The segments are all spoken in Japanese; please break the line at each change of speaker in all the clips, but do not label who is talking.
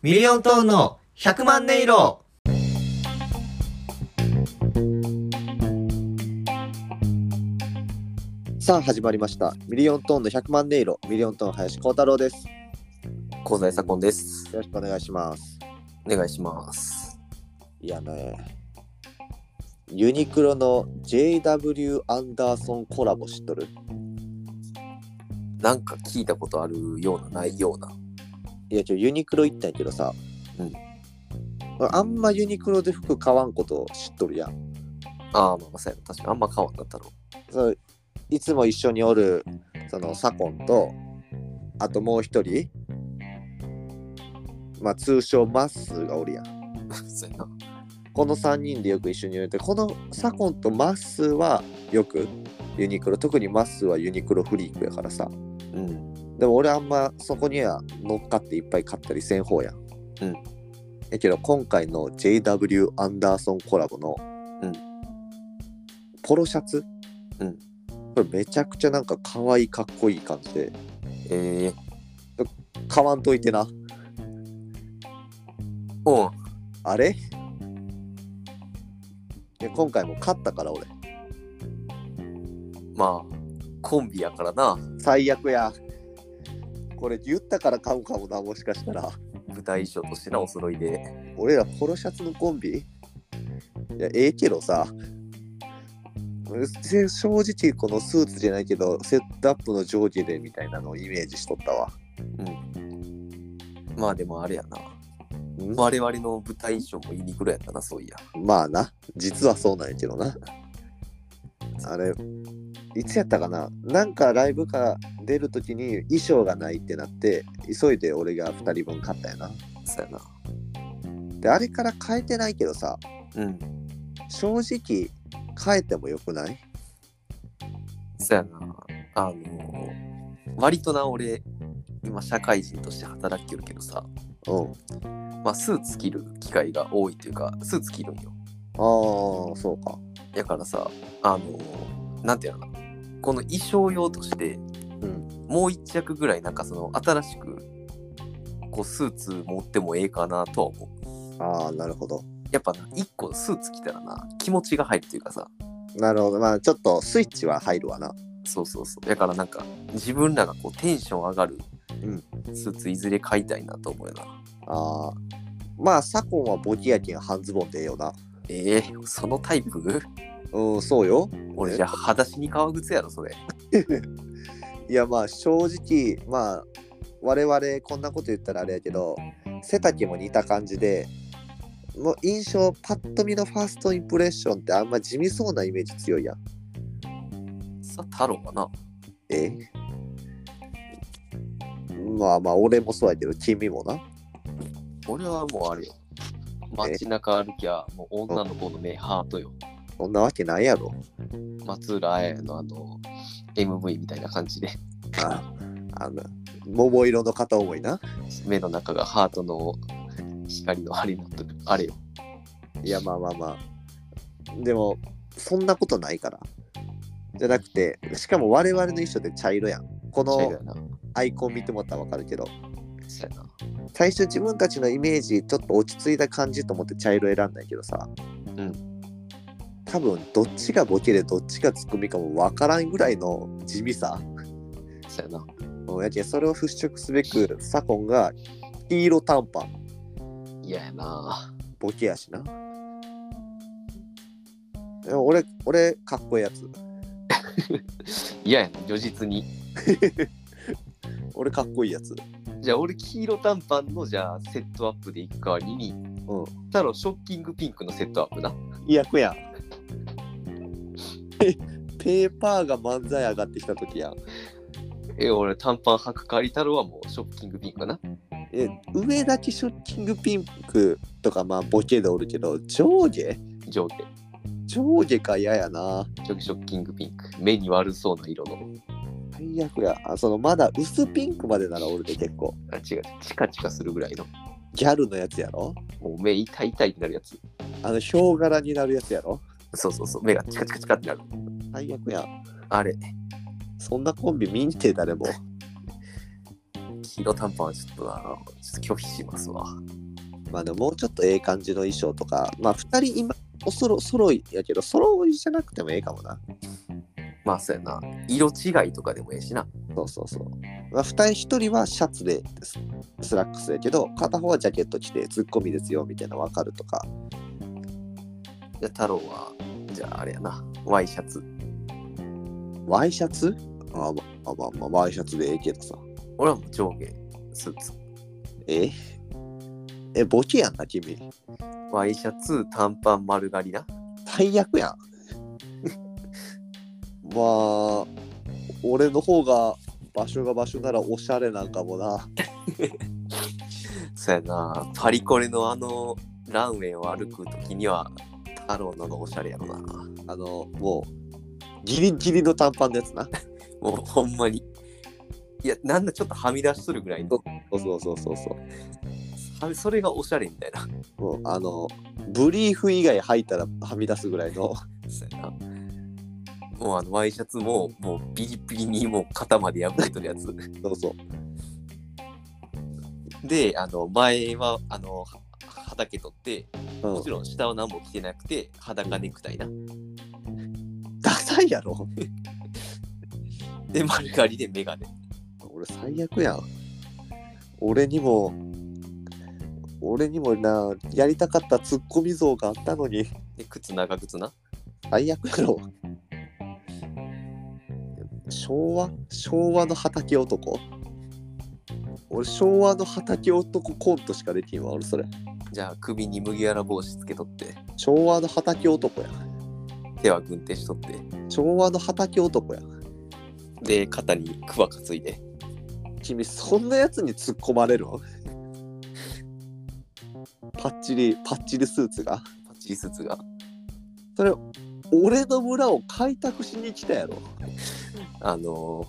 ミリオントーンの100万音色
さあ始まりましたミリオントーンの100万音色ミリオントーン林光太郎ですよ
香西左近です。
ろしくお願いします
お願いします。
いやねユニクロの JW アンダーソンコラボ知っとる
なんか聞いたことあるような、ないような。
いやちょユニクロ行ったんやけどさ、
うん
俺あんまユニクロで服買わんこと知っとるやん
ああ、まあ、まさやな確かにあんま変わんなったろ
そういつも一緒におるその左近とあともう一人まあ通称マッスーがおるやん
う。 そうやな。
この3人でよく一緒にいるてこの左近とマッスーはよくユニクロ特にマッスーはユニクロフリークやからさ
うん。
でも俺あんまそこには乗っかっていっぱい買ったりせん方や
うん
やけど今回の JW アンダーソンコラボの、
うん
ポロシャツ、
うん
これめちゃくちゃなんか可愛いかっこいい感じで
ええー。
買わんといてな
うん。
あれいや今回も買ったから俺
まあ、コンビやからな。
最悪やこれ言ったから買うかもなもしかしたら
舞台衣装としてな、お揃いで。
俺らポロシャツのコンビいやええけどさ俺せ正直このスーツじゃないけどセットアップの上下でみたいなのをイメージしとったわ
まあでもあれやな。
んま
我々の舞台衣装もユニクロやったな、そういや。
まあな実はそうなんやけどなあれいつやったかななんかライブから出るときに衣装がないってなって急いで俺が2人分買ったよな
そうやな。
であれから変えてないけどさ
うん。
正直変えてもよくない
そうやな。あの、割とな、俺、今、社会人として働きよるけどさ、
うん。
まあ、スーツ着る機会が多いというか、スーツ着るんよ。
ああ、そうか。
やからさあのなんていうのかなこの衣装用として、
うん
もう一着ぐらいなんかその新しくこうスーツ持ってもええかなとは思う
ああ、なるほど。
やっぱな一個スーツ着たらな気持ちが入るというかさ
なるほど。まあ、ちょっとスイッチは入るわな。
そうそうそうやからなんか自分らがこうテンション上がるスーツいずれ買いたいなと思うよな、
ああ。まあ、左近はボディやけん半ズボンでええよな。
ええそのタイプ
うん、そうよ。
俺じゃあ裸足に革靴やろそれ
いや、まあ、正直、まあ、我々こんなこと言ったらあれやけど、背丈も似た感じで、もう印象、パッと見のファーストインプレッションってあんま地味そうなイメージ強いやん。
さ太郎はな
えまあまあ、俺もそうやけど、君もな。
俺はもうあれよ街中歩きゃもう女の子の目ハートよ
そんなわけないやろ。
松浦綾也のあの MV みたいな感じで
ああの桃色の片思いな
目の中がハートの光のあれになってるあれよ
いやまあまあまあでもそんなことないからじゃなくてしかも我々の衣装で茶色やんこ
茶色
の
やな
アイコン見てもらったら分かるけど
そうやな
最初自分たちのイメージちょっと落ち着いた感じと思って茶色選んだけどさ
うん
多分どっちがボケでどっちがツッコミかも分からんぐらいの地味さ
そうやな
うんやけんそれを払拭すべく左近が黄色短パン
嫌ややな
ボケやしな。でも俺、俺、かっこいいやつ。
嫌ややな如実に
俺、かっこいいやつ。
じゃあ俺黄色短パンのじゃあセットアップでいく代わりに、
うん
太郎ショッキングピンクのセットアップな
役やん。ペーパーが漫才上がってきたときやん。
え俺短パン履く代わり太郎はもうショッキングピンクかな
え、上だけショッキングピンクとか、まあ、ボケでおるけど、上下
上下
上下か嫌やな。
上下ショッキングピンク目に悪そうな色の
最悪や。あその、まだ薄ピンクまでなら俺で結構。
あ違うチカチカするぐらいの
ギャルのやつやろ
もう目痛い痛いってなるやつ
あの、ヒョウ柄になるやつやろ
そうそうそう目がチカチカチカってなる
最悪やん。
あれ
そんなコンビ見んて、誰も。
黄色短パンはちょっとな、ちょっと拒否しますわ。
まあでももうちょっとええ感じの衣装とか、まあ2人今、おそろ、揃いやけど、揃いじゃなくてもええかもな。
まあそうやな、色違いとかでもええしな。
そうそうそう。まあ2人、1人はシャツでス、スラックスやけど、片方はジャケット着て、ツッコミですよ、みたいなの分かるとか。
じゃあ太郎は、じゃああれやな、ワイシャツ。
ワイシャツあまあまあまあ、ワイシャツでええけどさ。
俺はもう上下、スーツ。
ええ、ボケやんな、君。
ワイシャツ、短パン、丸刈りな。
最悪やん。 まあ、俺の方が場所が場所ならおしゃれなんかもな。
そうやな、パリコレのあのランウェイを歩くときには、太郎の方がおしゃれやろな。
あの、もう、ギリギリの短パンのやつな。
もうほんまに。いや、なんだちょっとはみ出しとるぐらいの。
そうそうそうそうそう。
はそれがおしゃれみたいな。
もう、あの、ブリーフ以外履いたらはみ出すぐらいの。
そうやな。もうあのワイシャツも、もうビリビリにもう肩まで破れとるやつ。
そうそう。
で、あの、前は、あの、は畑取って、
うん
もちろん下は何も着てなくて、裸ネクタイな。
ダサいやろ。
で、丸刈りでメガネ。
俺最悪やん。俺にも、俺にもな、やりたかったツッコミ像があったのに、
で、靴長靴な。
最悪やろ。昭和昭和の畑男俺昭和の畑男コントしかできんわ俺それ
じゃあ首に麦わら帽子つけとって、
昭和の畑男や
手は軍手しとって、
昭和の畑男や
で、肩にクワ担いで。
君そんなやつに突っ込まれるの パッチリパッチリスーツが
パッチリスーツが、
それ俺の村を開拓しに来たやろ
あの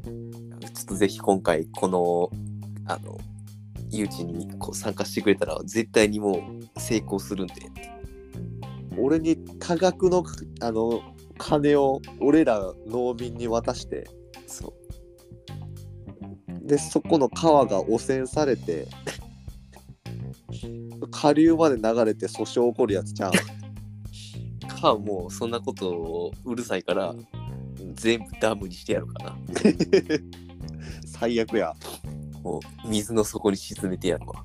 ーちょっとぜひ今回この、あの、誘致にこう参加してくれたら絶対にもう成功するんで、
俺に多額のあの金を俺ら農民に渡して
そ
でそこの川が汚染されて下流まで流れて訴訟起こるやつちゃう
う。か、もうそんなことをうるさいから、全部ダムにしてやろうかな。
最悪や
もう水の底に沈めてやるわ。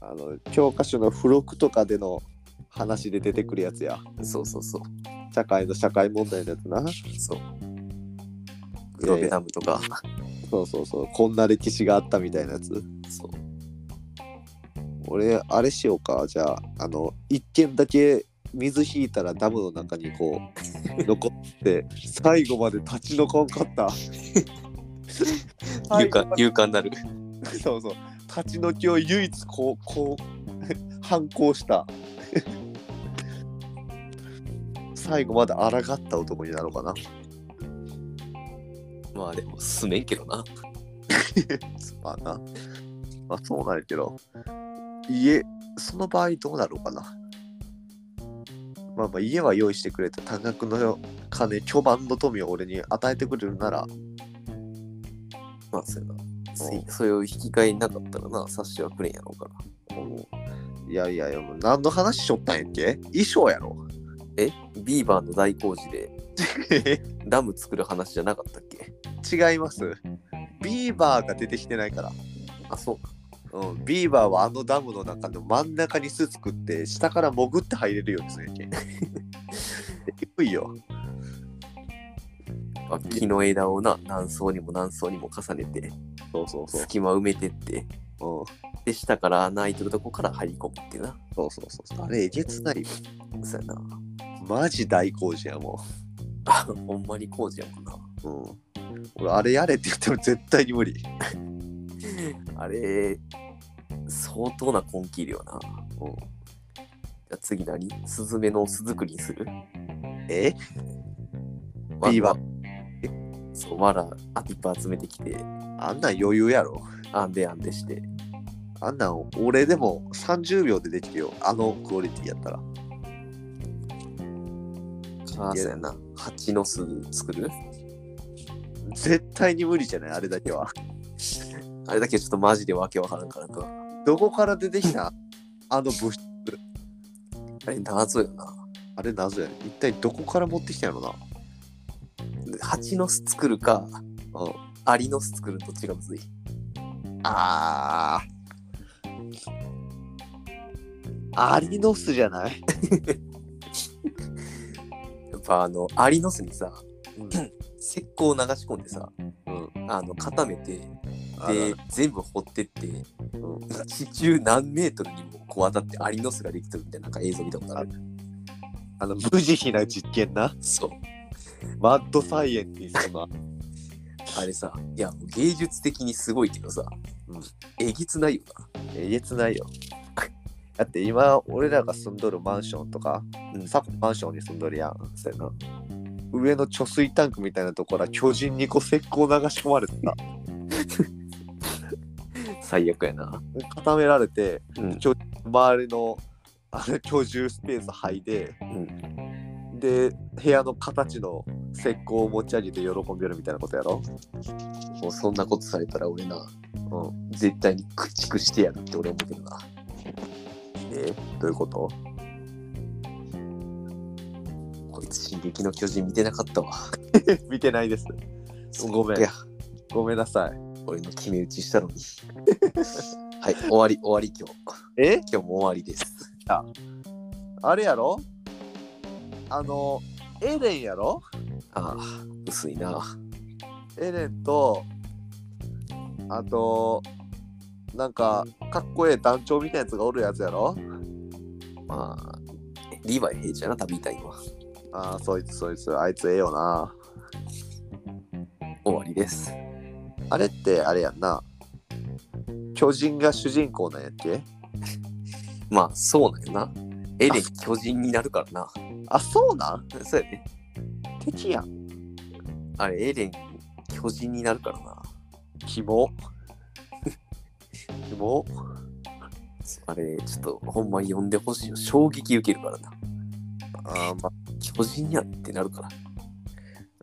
あの教科書の付録とかでの話で出てくるやつや
そうそうそう。
社会の社会問題のやつな
そう。黒部ダムとか、
そうそうそうこんな歴史があったみたいなやつ
そう。
俺あれしようかじゃああの一軒だけ水引いたらダムの中にこう残って最後まで立ち残んかった
勇敢、勇敢なる。
そうそう。立ち退きを唯一こう、 こう、反抗した。 最後まで抗った男になろうかな。
まあでも、すめんけどな。
まあな。まあそうなんやけど。家、その場合どうなろうかな。まあまあ家は用意してくれて多額の金、巨万の富を俺に与えてくれるなら、
まあ、そうやな。そそれを引き換えなかったらな、察しはくれんやろうから。
もういやいやいや、もう何の話しょったんやっけ衣装やろ。
えビーバーの大工事 でダム作る話じゃなかったっけ
違います。ビーバーが出てきてないから。
あ、そうか。
うん、ビーバーはあのダムの中の真ん中に巣作って下から潜って入れるようにするんやけん。 低いよ。
あ木の枝をな、何層にも何層にも重ねて、
そうそうそう。
隙間埋めてって、
うん、
で、下から穴開いてるとこから入り込むっていうな。
そうそうそう。あれ、えげつないよ。
そうやな。
マジ大工事やも
あほんまに工事やもんな。
う。うん、俺、あれやれって言っても絶対に無理。
あれ、相当な根気量な。
うん
じゃあ次何スズメの巣作りにする
え
わ
ビーバー
そう、わら、あいっぱい集めてきて、
あんなん余裕やろ。
あんであんでして。
あんなん俺でも30秒でできるよ。あのクオリティやったら。
あそうやな。蜂の巣作る
絶対に無理じゃない、あれだけは。
あれだけちょっとマジでわけわからんからな。
どこから出てきたあの物質
あれ謎よな。
あれ謎やね一体どこから持ってきたんやろな
蜂の巣作るか、うんアリの巣作るどっちがむずい。
あーアリノスじゃない
やっぱあの、アリの巣にさ、
うん
石膏を流し込んでさ、
うん
あの固めて、
あ
で
ら、
全部掘ってって、地中何メートルにもこう渡ってアリの巣ができてるみたいななんか映像見たことある。
あの無慈悲な実験な
そう。
マッドサイエンティストな
あれさ、いや、もう芸術的にすごいけどさ、
うん
えぎつないよ
えげつないよ だって今俺らが住んどるマンションとか
な。うん、
サコマンションに住んどるやんそうやな上の貯水タンクみたいなところは巨人にこう石膏流し込まれてた
最悪やな。
固められて、
うん
巨周りのあの居住スペース剥いで、で部屋の形の石膏を持ち上げて喜んでるみたいなことやろ
もうそんなことされたら俺な、
う
絶対に駆逐してやるって俺思うけどな。
えどういうこと
こいつ、進撃の巨人見てなかったわ。
見てないですごめん
いや、
ごめんなさい
俺の決め打ちしたのに。 はい、終わり、終わり、今日。
え
今日も終わりです。
あれやろあのエレンやろ
ああ、薄いな。
エレンとあとなんかかっこええ団長みたいなやつがおるやつやろ
まあ、リヴァイ兵じゃな、旅隊は。
ああそいつそいつあいつええよな
終わりです。
あれってあれやんな。巨人が主人公なんやっけ
まあ、そうなんやな。エレン巨人になるからな。
あ、そうなん
そうやね。
敵やん。
あれ、エレン巨人になるからな。
キ モ。キモ
あれ、ちょっと、ほんまに呼んでほしいよ。衝撃受けるからな。
あーま
巨人やんってなるから。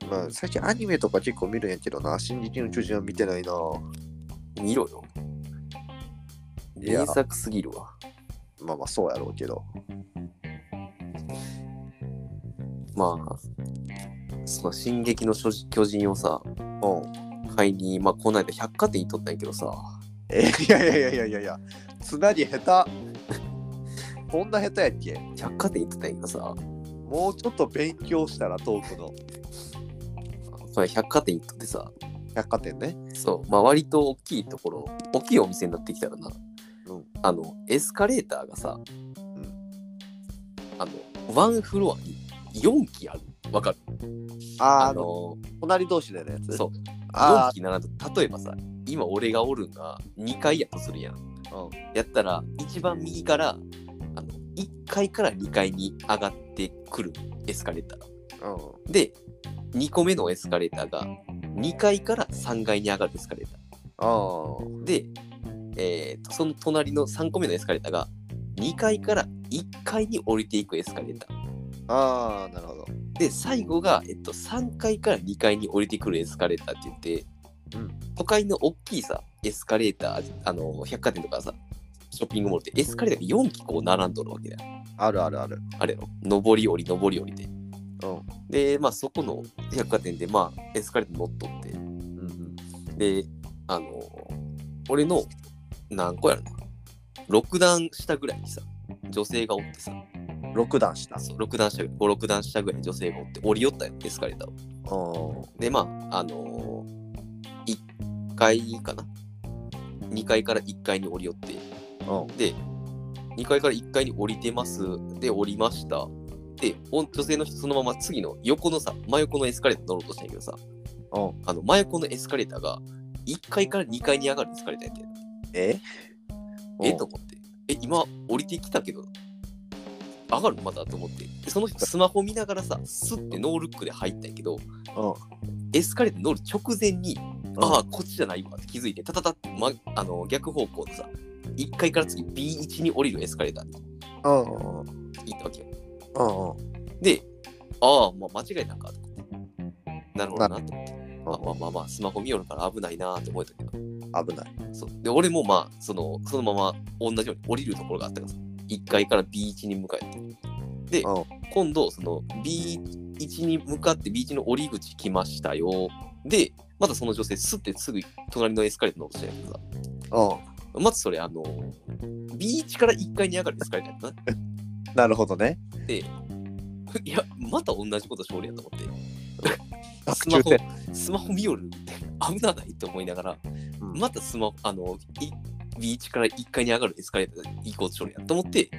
まあ、最近アニメとか結構見るんやけどな。進撃の巨人は見てないな。
見ろよ。
いや
名作すぎるわ。
まあまあ、そうやろうけど。
まあ、その進撃の巨人巨人をさ、
うん。
買いに、まあ、この間百貨店行っとったんやけどさ、
え、いやいやいやいやいやいや。つなぎ下手。こんな下手やっけ
百貨店行っとったんやけどさ、
もうちょっと勉強したらトークの
これ百貨店行っとってさ、
百貨店ね。
そう、まあ、割と大きいところ、大きいお店になってきたらな、
うん
あの、エスカレーターがさ、あの、ワンフロアに4機ある。わかる
あー
あ
あの、
の、
隣同士でのやつ。。
そうう、
あ
4機並んだ。例えばさ、今俺がおるんが2階やとするやん。
あ、うん。
やったら一番右からあの1階から2階に上がってくるエスカレーター
うん。
で2個目のエスカレーターが2階から3階に上がるエスカレータ
ああ。
ーで、えーとその隣の3個目のエスカレーターが2階から1階に降りていくエスカレーター
ああ、なるほど。
で最後が、えっと、3階から2階に降りてくるエスカレーターって言って、
うん
都会の大きいさエスカレーターあの百貨店とかさショッピングモールってエスカレーターが4機こう並んどるわけだよ
あるあるある。
あれの、上り下り上り下りで。
うん。
で、まあそこの百貨店で、まあエスカレーター乗っとっ
うん
て、で、あの俺の何個やろな、6段下ぐらいにさ、女性がおってさ、
うん、6段した。
そう6段下、5、6段下ぐらいに女性がおって、降りよったよ、エスカレーターを。
う
で、まあ、あの1階かな ?2 階から1階に降りよって、
ん。うん。
で、2階から1階に降りてます。で、降りました。で、お女性の人、そのまま次の横のさ、真横のエスカレーター乗ろうとしたんやけどさ、
うん。
あの、真横のエスカレーターが、1階から2階に上がるエスカレーターやって、
え
えと思って、え、今、降りてきたけど、上がるのまたと思って、でその人、スマホ見ながらさ、スッてノールックで入ったんやけど、
うん。
エスカレーター乗る直前に、ああ、こっちじゃないわって気づいて、たたたって、ま、あの逆方向のさ、1階から次 B1 に降りるエスカレーターに
うん。うん。
行ったわけよ。
うん。
で、ああ、まあ、間違いなんかと思って。なるほどなと思って。まあ
ま
まあまあまあ、スマホ見よるから危ないなーって思えたけど。
危ない。
そうで俺もまあそのそのまま同じように降りるところがあったからさ1階から B1 に向かってで
うん
今度その B1 に向かって B1 の降り口来ましたよでまたその女性すってすぐ隣のエスカレーター乗ってたんやけどさ
う。
まずそれあの B1 から1階に上がるエスカレーターやったなん
なるほどね。
いや、また同じこと勝利やと思って。ス
学
マ
級
ホ
生、
スマホ見よるって危なないって思いながら、
うん
またスマホ、あの、いビーチから1階に上がるエスカレーターで行こうとしよるやんと思って、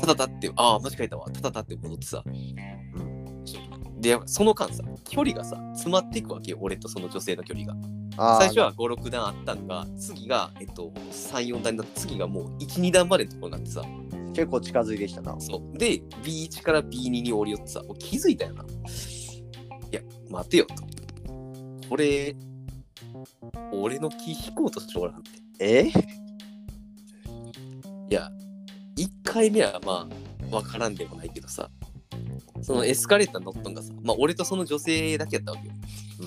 ただたって、ああ、間違えたわ、ただたって戻ってさ。で、その間さ、距離がさ、詰まっていくわけよ、俺とその女性の距離が。
あー
最初は5、6段あったのが、次が、えっと、3、4段になって、次がもう1、2段までのところになってさ、
結構近づいてきたな。
そう。で、B1 から B2 に降りよってさ、俺気づいたよな。いや、待てよと。これ、俺の気引こうとしておらんって。
え
いや、1回目はまあ、わからんでもないけどさ、そのエスカレーター乗っとんがさ、まあ、俺とその女性だけやったわけよ。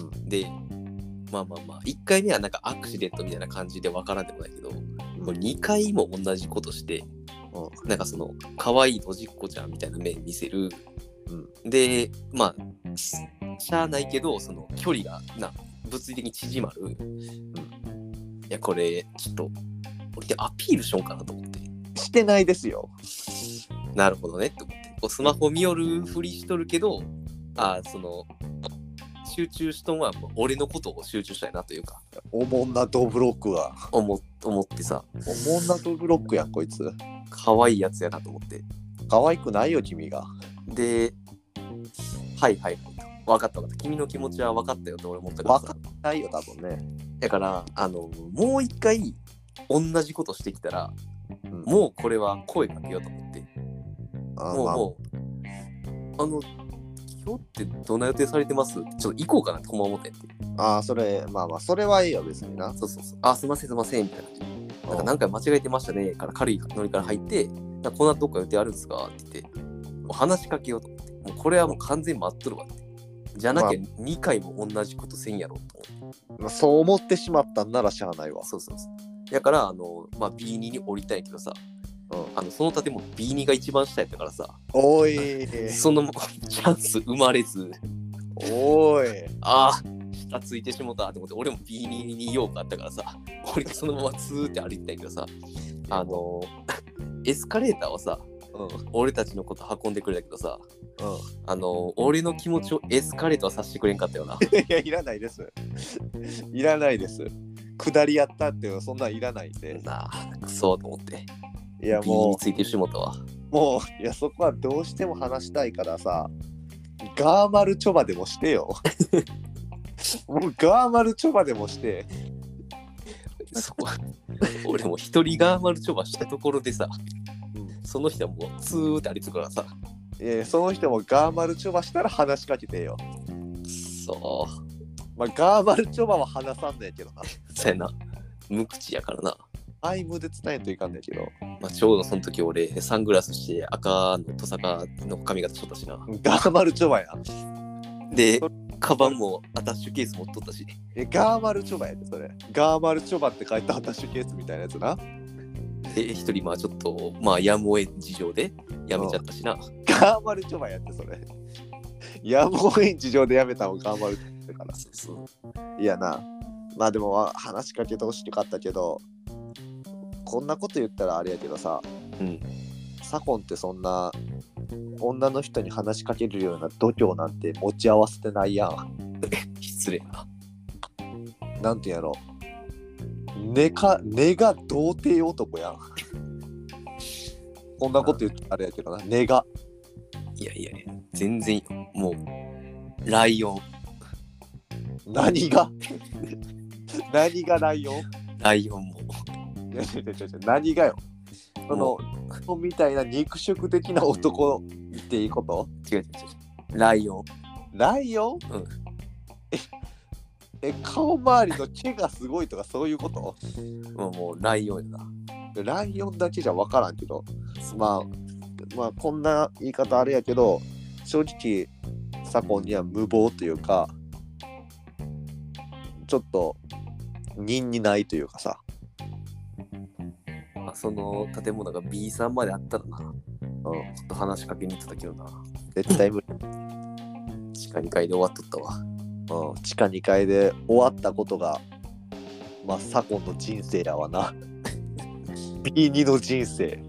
うん
で、まあまあまあ、1回目はなんかアクシデントみたいな感じでわからんでもないけど、もう2回も同じことして、
う
なんかその可愛いドジっ子ちゃんみたいな目見せる、でまあししゃあないけどその距離がな物理的に縮まる、いやこれちょっと俺でアピールしようかなと思って
してないですよ。
なるほどねって思ってこうスマホ見よるふりしとるけどあーその集中しとんはもう俺のことを集中したいなというか
おもんなドブロックが。
思っ思ってさ
おもんなドブロックやん、こいつ。
可愛いやつやなと思って
可愛くないよ、君が。
で、はいはいはいと。分かった分かった。君の気持ちは分かったよって俺思ったから
分
さ。
ないよ、多分ね。
だから、あの、もう一回、同じことしてきたら、
うん
もうこれは声かけようと思って。
あー
もう、
まあ
もう、あの、今日ってどんな予定されてますちょっと行こうかなって、ほんま思ってんて。
あー、それ、まあまあ、それはいいよ、別にな。
そうそうそう。あ、すいませんすいません、みたいな感じ。なんか何回間違えてましたね、から軽いノリから入って、なんかこんなどっか予定あるんですかって言って、もう話しかけようと思って、もうこれはもう完全に待っとるわって。じゃなきゃ2回も同じことせんやろと思って。
まあそう思ってしまったんならしゃあないわ。
そうそうそう。だから、あの、まあ、B2 に降りたいけどさ、
うん
あのその建物 B2 が一番下やったからさ、
おい、
そのチャンス生まれず、
おい。
ああ、下ついてしもたと思って、俺も B2 にようかあったからさ、俺がそのままツーって歩いてたんやけどさ、あの、エスカレーターはさ、
うん、うん、
俺たちのこと運んでくれたけどさ、あの、俺の気持ちをエスカレートはさせてくれんかったよな。
いや、いらないです。いらないです。下りやったっていうのはそんなんいらないんで。
なあ、くそと思って。
いや、
ビーに
も
ついてしもたわ。
う、もう、いや、そこはどうしても話したいからさ、ガーマルチョバでもしてよ。もうガーマルチョバでもして、
そこ 俺も一人がマルチョバしたところでさ、
うん
その人はもうツーって歩いてくからさ、
いやその人もガーマルチョバしたら話しかけてよ。
くそ
まあ、ガーマルチョバは話さんねんけどな。
そやな。無口やからな。
アイムで伝えんといかんねんけど。
まあ、ちょうどその時俺、サングラスして赤のトサカの髪型しとったしな。
ガーマルチョバや。
で、カバンもアタッシュケース持っとったし。
え、ガーマルチョバやで、それ。ガーマルチョバって書いたアタッシュケースみたいなやつな。
で、一人まあちょっと、まあやむを得ん事情でやめちゃったしな。
ガーマルチョバやって、それ。やむを得ん事情でやめたもん、ガーマルチョバだか
そうそう
ら。いやな。まあでも、わ話しかけてほしかったけど、こんなこと言ったらあれやけどさ、
うん。
左近ってそんな、女の人に話しかけるような度胸なんて持ち合わせてないやん。
失礼な。
なんていうんやろ。根か、根が童貞男やん。こんなこと言ったらあれやけどな、根が。
いやいやいや、全然いいよもう、ライオン、
何が何がライオン
ライオンも。
いやいやいやいや 何がよその人みたいな肉食的な男っていいこと
違う違う違う。ライオン。
ライオン、
うん
ええ顔周りの毛がすごいとかそういうこと
もうもうライオンやな。
ライオンだけじゃ分からんけどまあまあこんな言い方あれやけど正直左近には無謀というかちょっと人にないというかさ
その建物が B さんまであったらな、
うん、
ちょっと話しかけに行ってたけどな、
絶対無理。
地下2階で終わっとったわ。
うん、地下2階で終わったことが、まあ、左近の人生やわな。B2 の人生。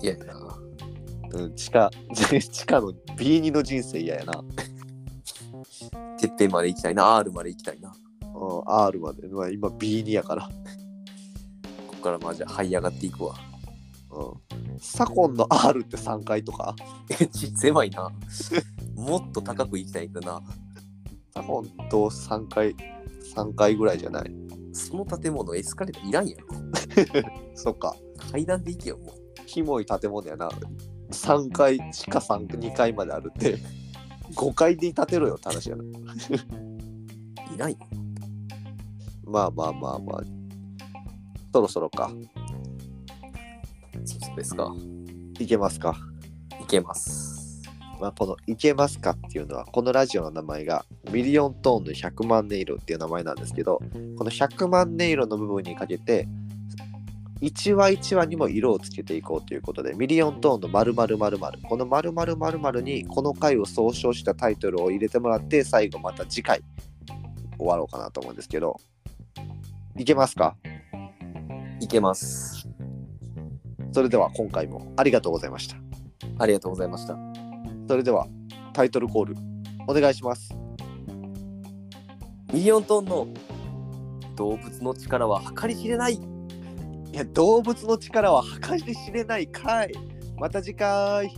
いやいやな。
うん、地下、 地下の B2 の人生嫌やな。
てっぺんまで行きたいな、R まで行きたいな。
うん、R まで。まあ、今 B2 やから。
こっからまあじゃあ這い上がっていくわ。
うん。左近の R って3階とか
え、ち狭いな。もっと高く行きたいけどな。
左近と3階、3階ぐらいじゃない。
その建物エスカレーターいらんやろ。
そっか。
階段で行けよ、もう。
キモい建物やな。3階、地下3、2階まであるって。5階で建てろよって話やな。
いないよ。
まあまあまあまあ。そろそろか。
そうですか。
いけますか。
行けます。
まあ、この「いけますか?」っていうのはこのラジオの名前が「ミリオントーンの100万音色」っていう名前なんですけどこの100万音色の部分にかけて1話1話にも色をつけていこうということでミリオントーンの〇〇〇〇この〇〇〇〇にこの回を総称したタイトルを入れてもらって最後また次回終わろうかなと思うんですけどいけますか
行けます。
それでは今回もありがとうございました
ありがとうございました。
それではタイトルコールお願いします
ミリオントンの動物の力は計り知れない。
いや動物の力は計り知れないかいまた次回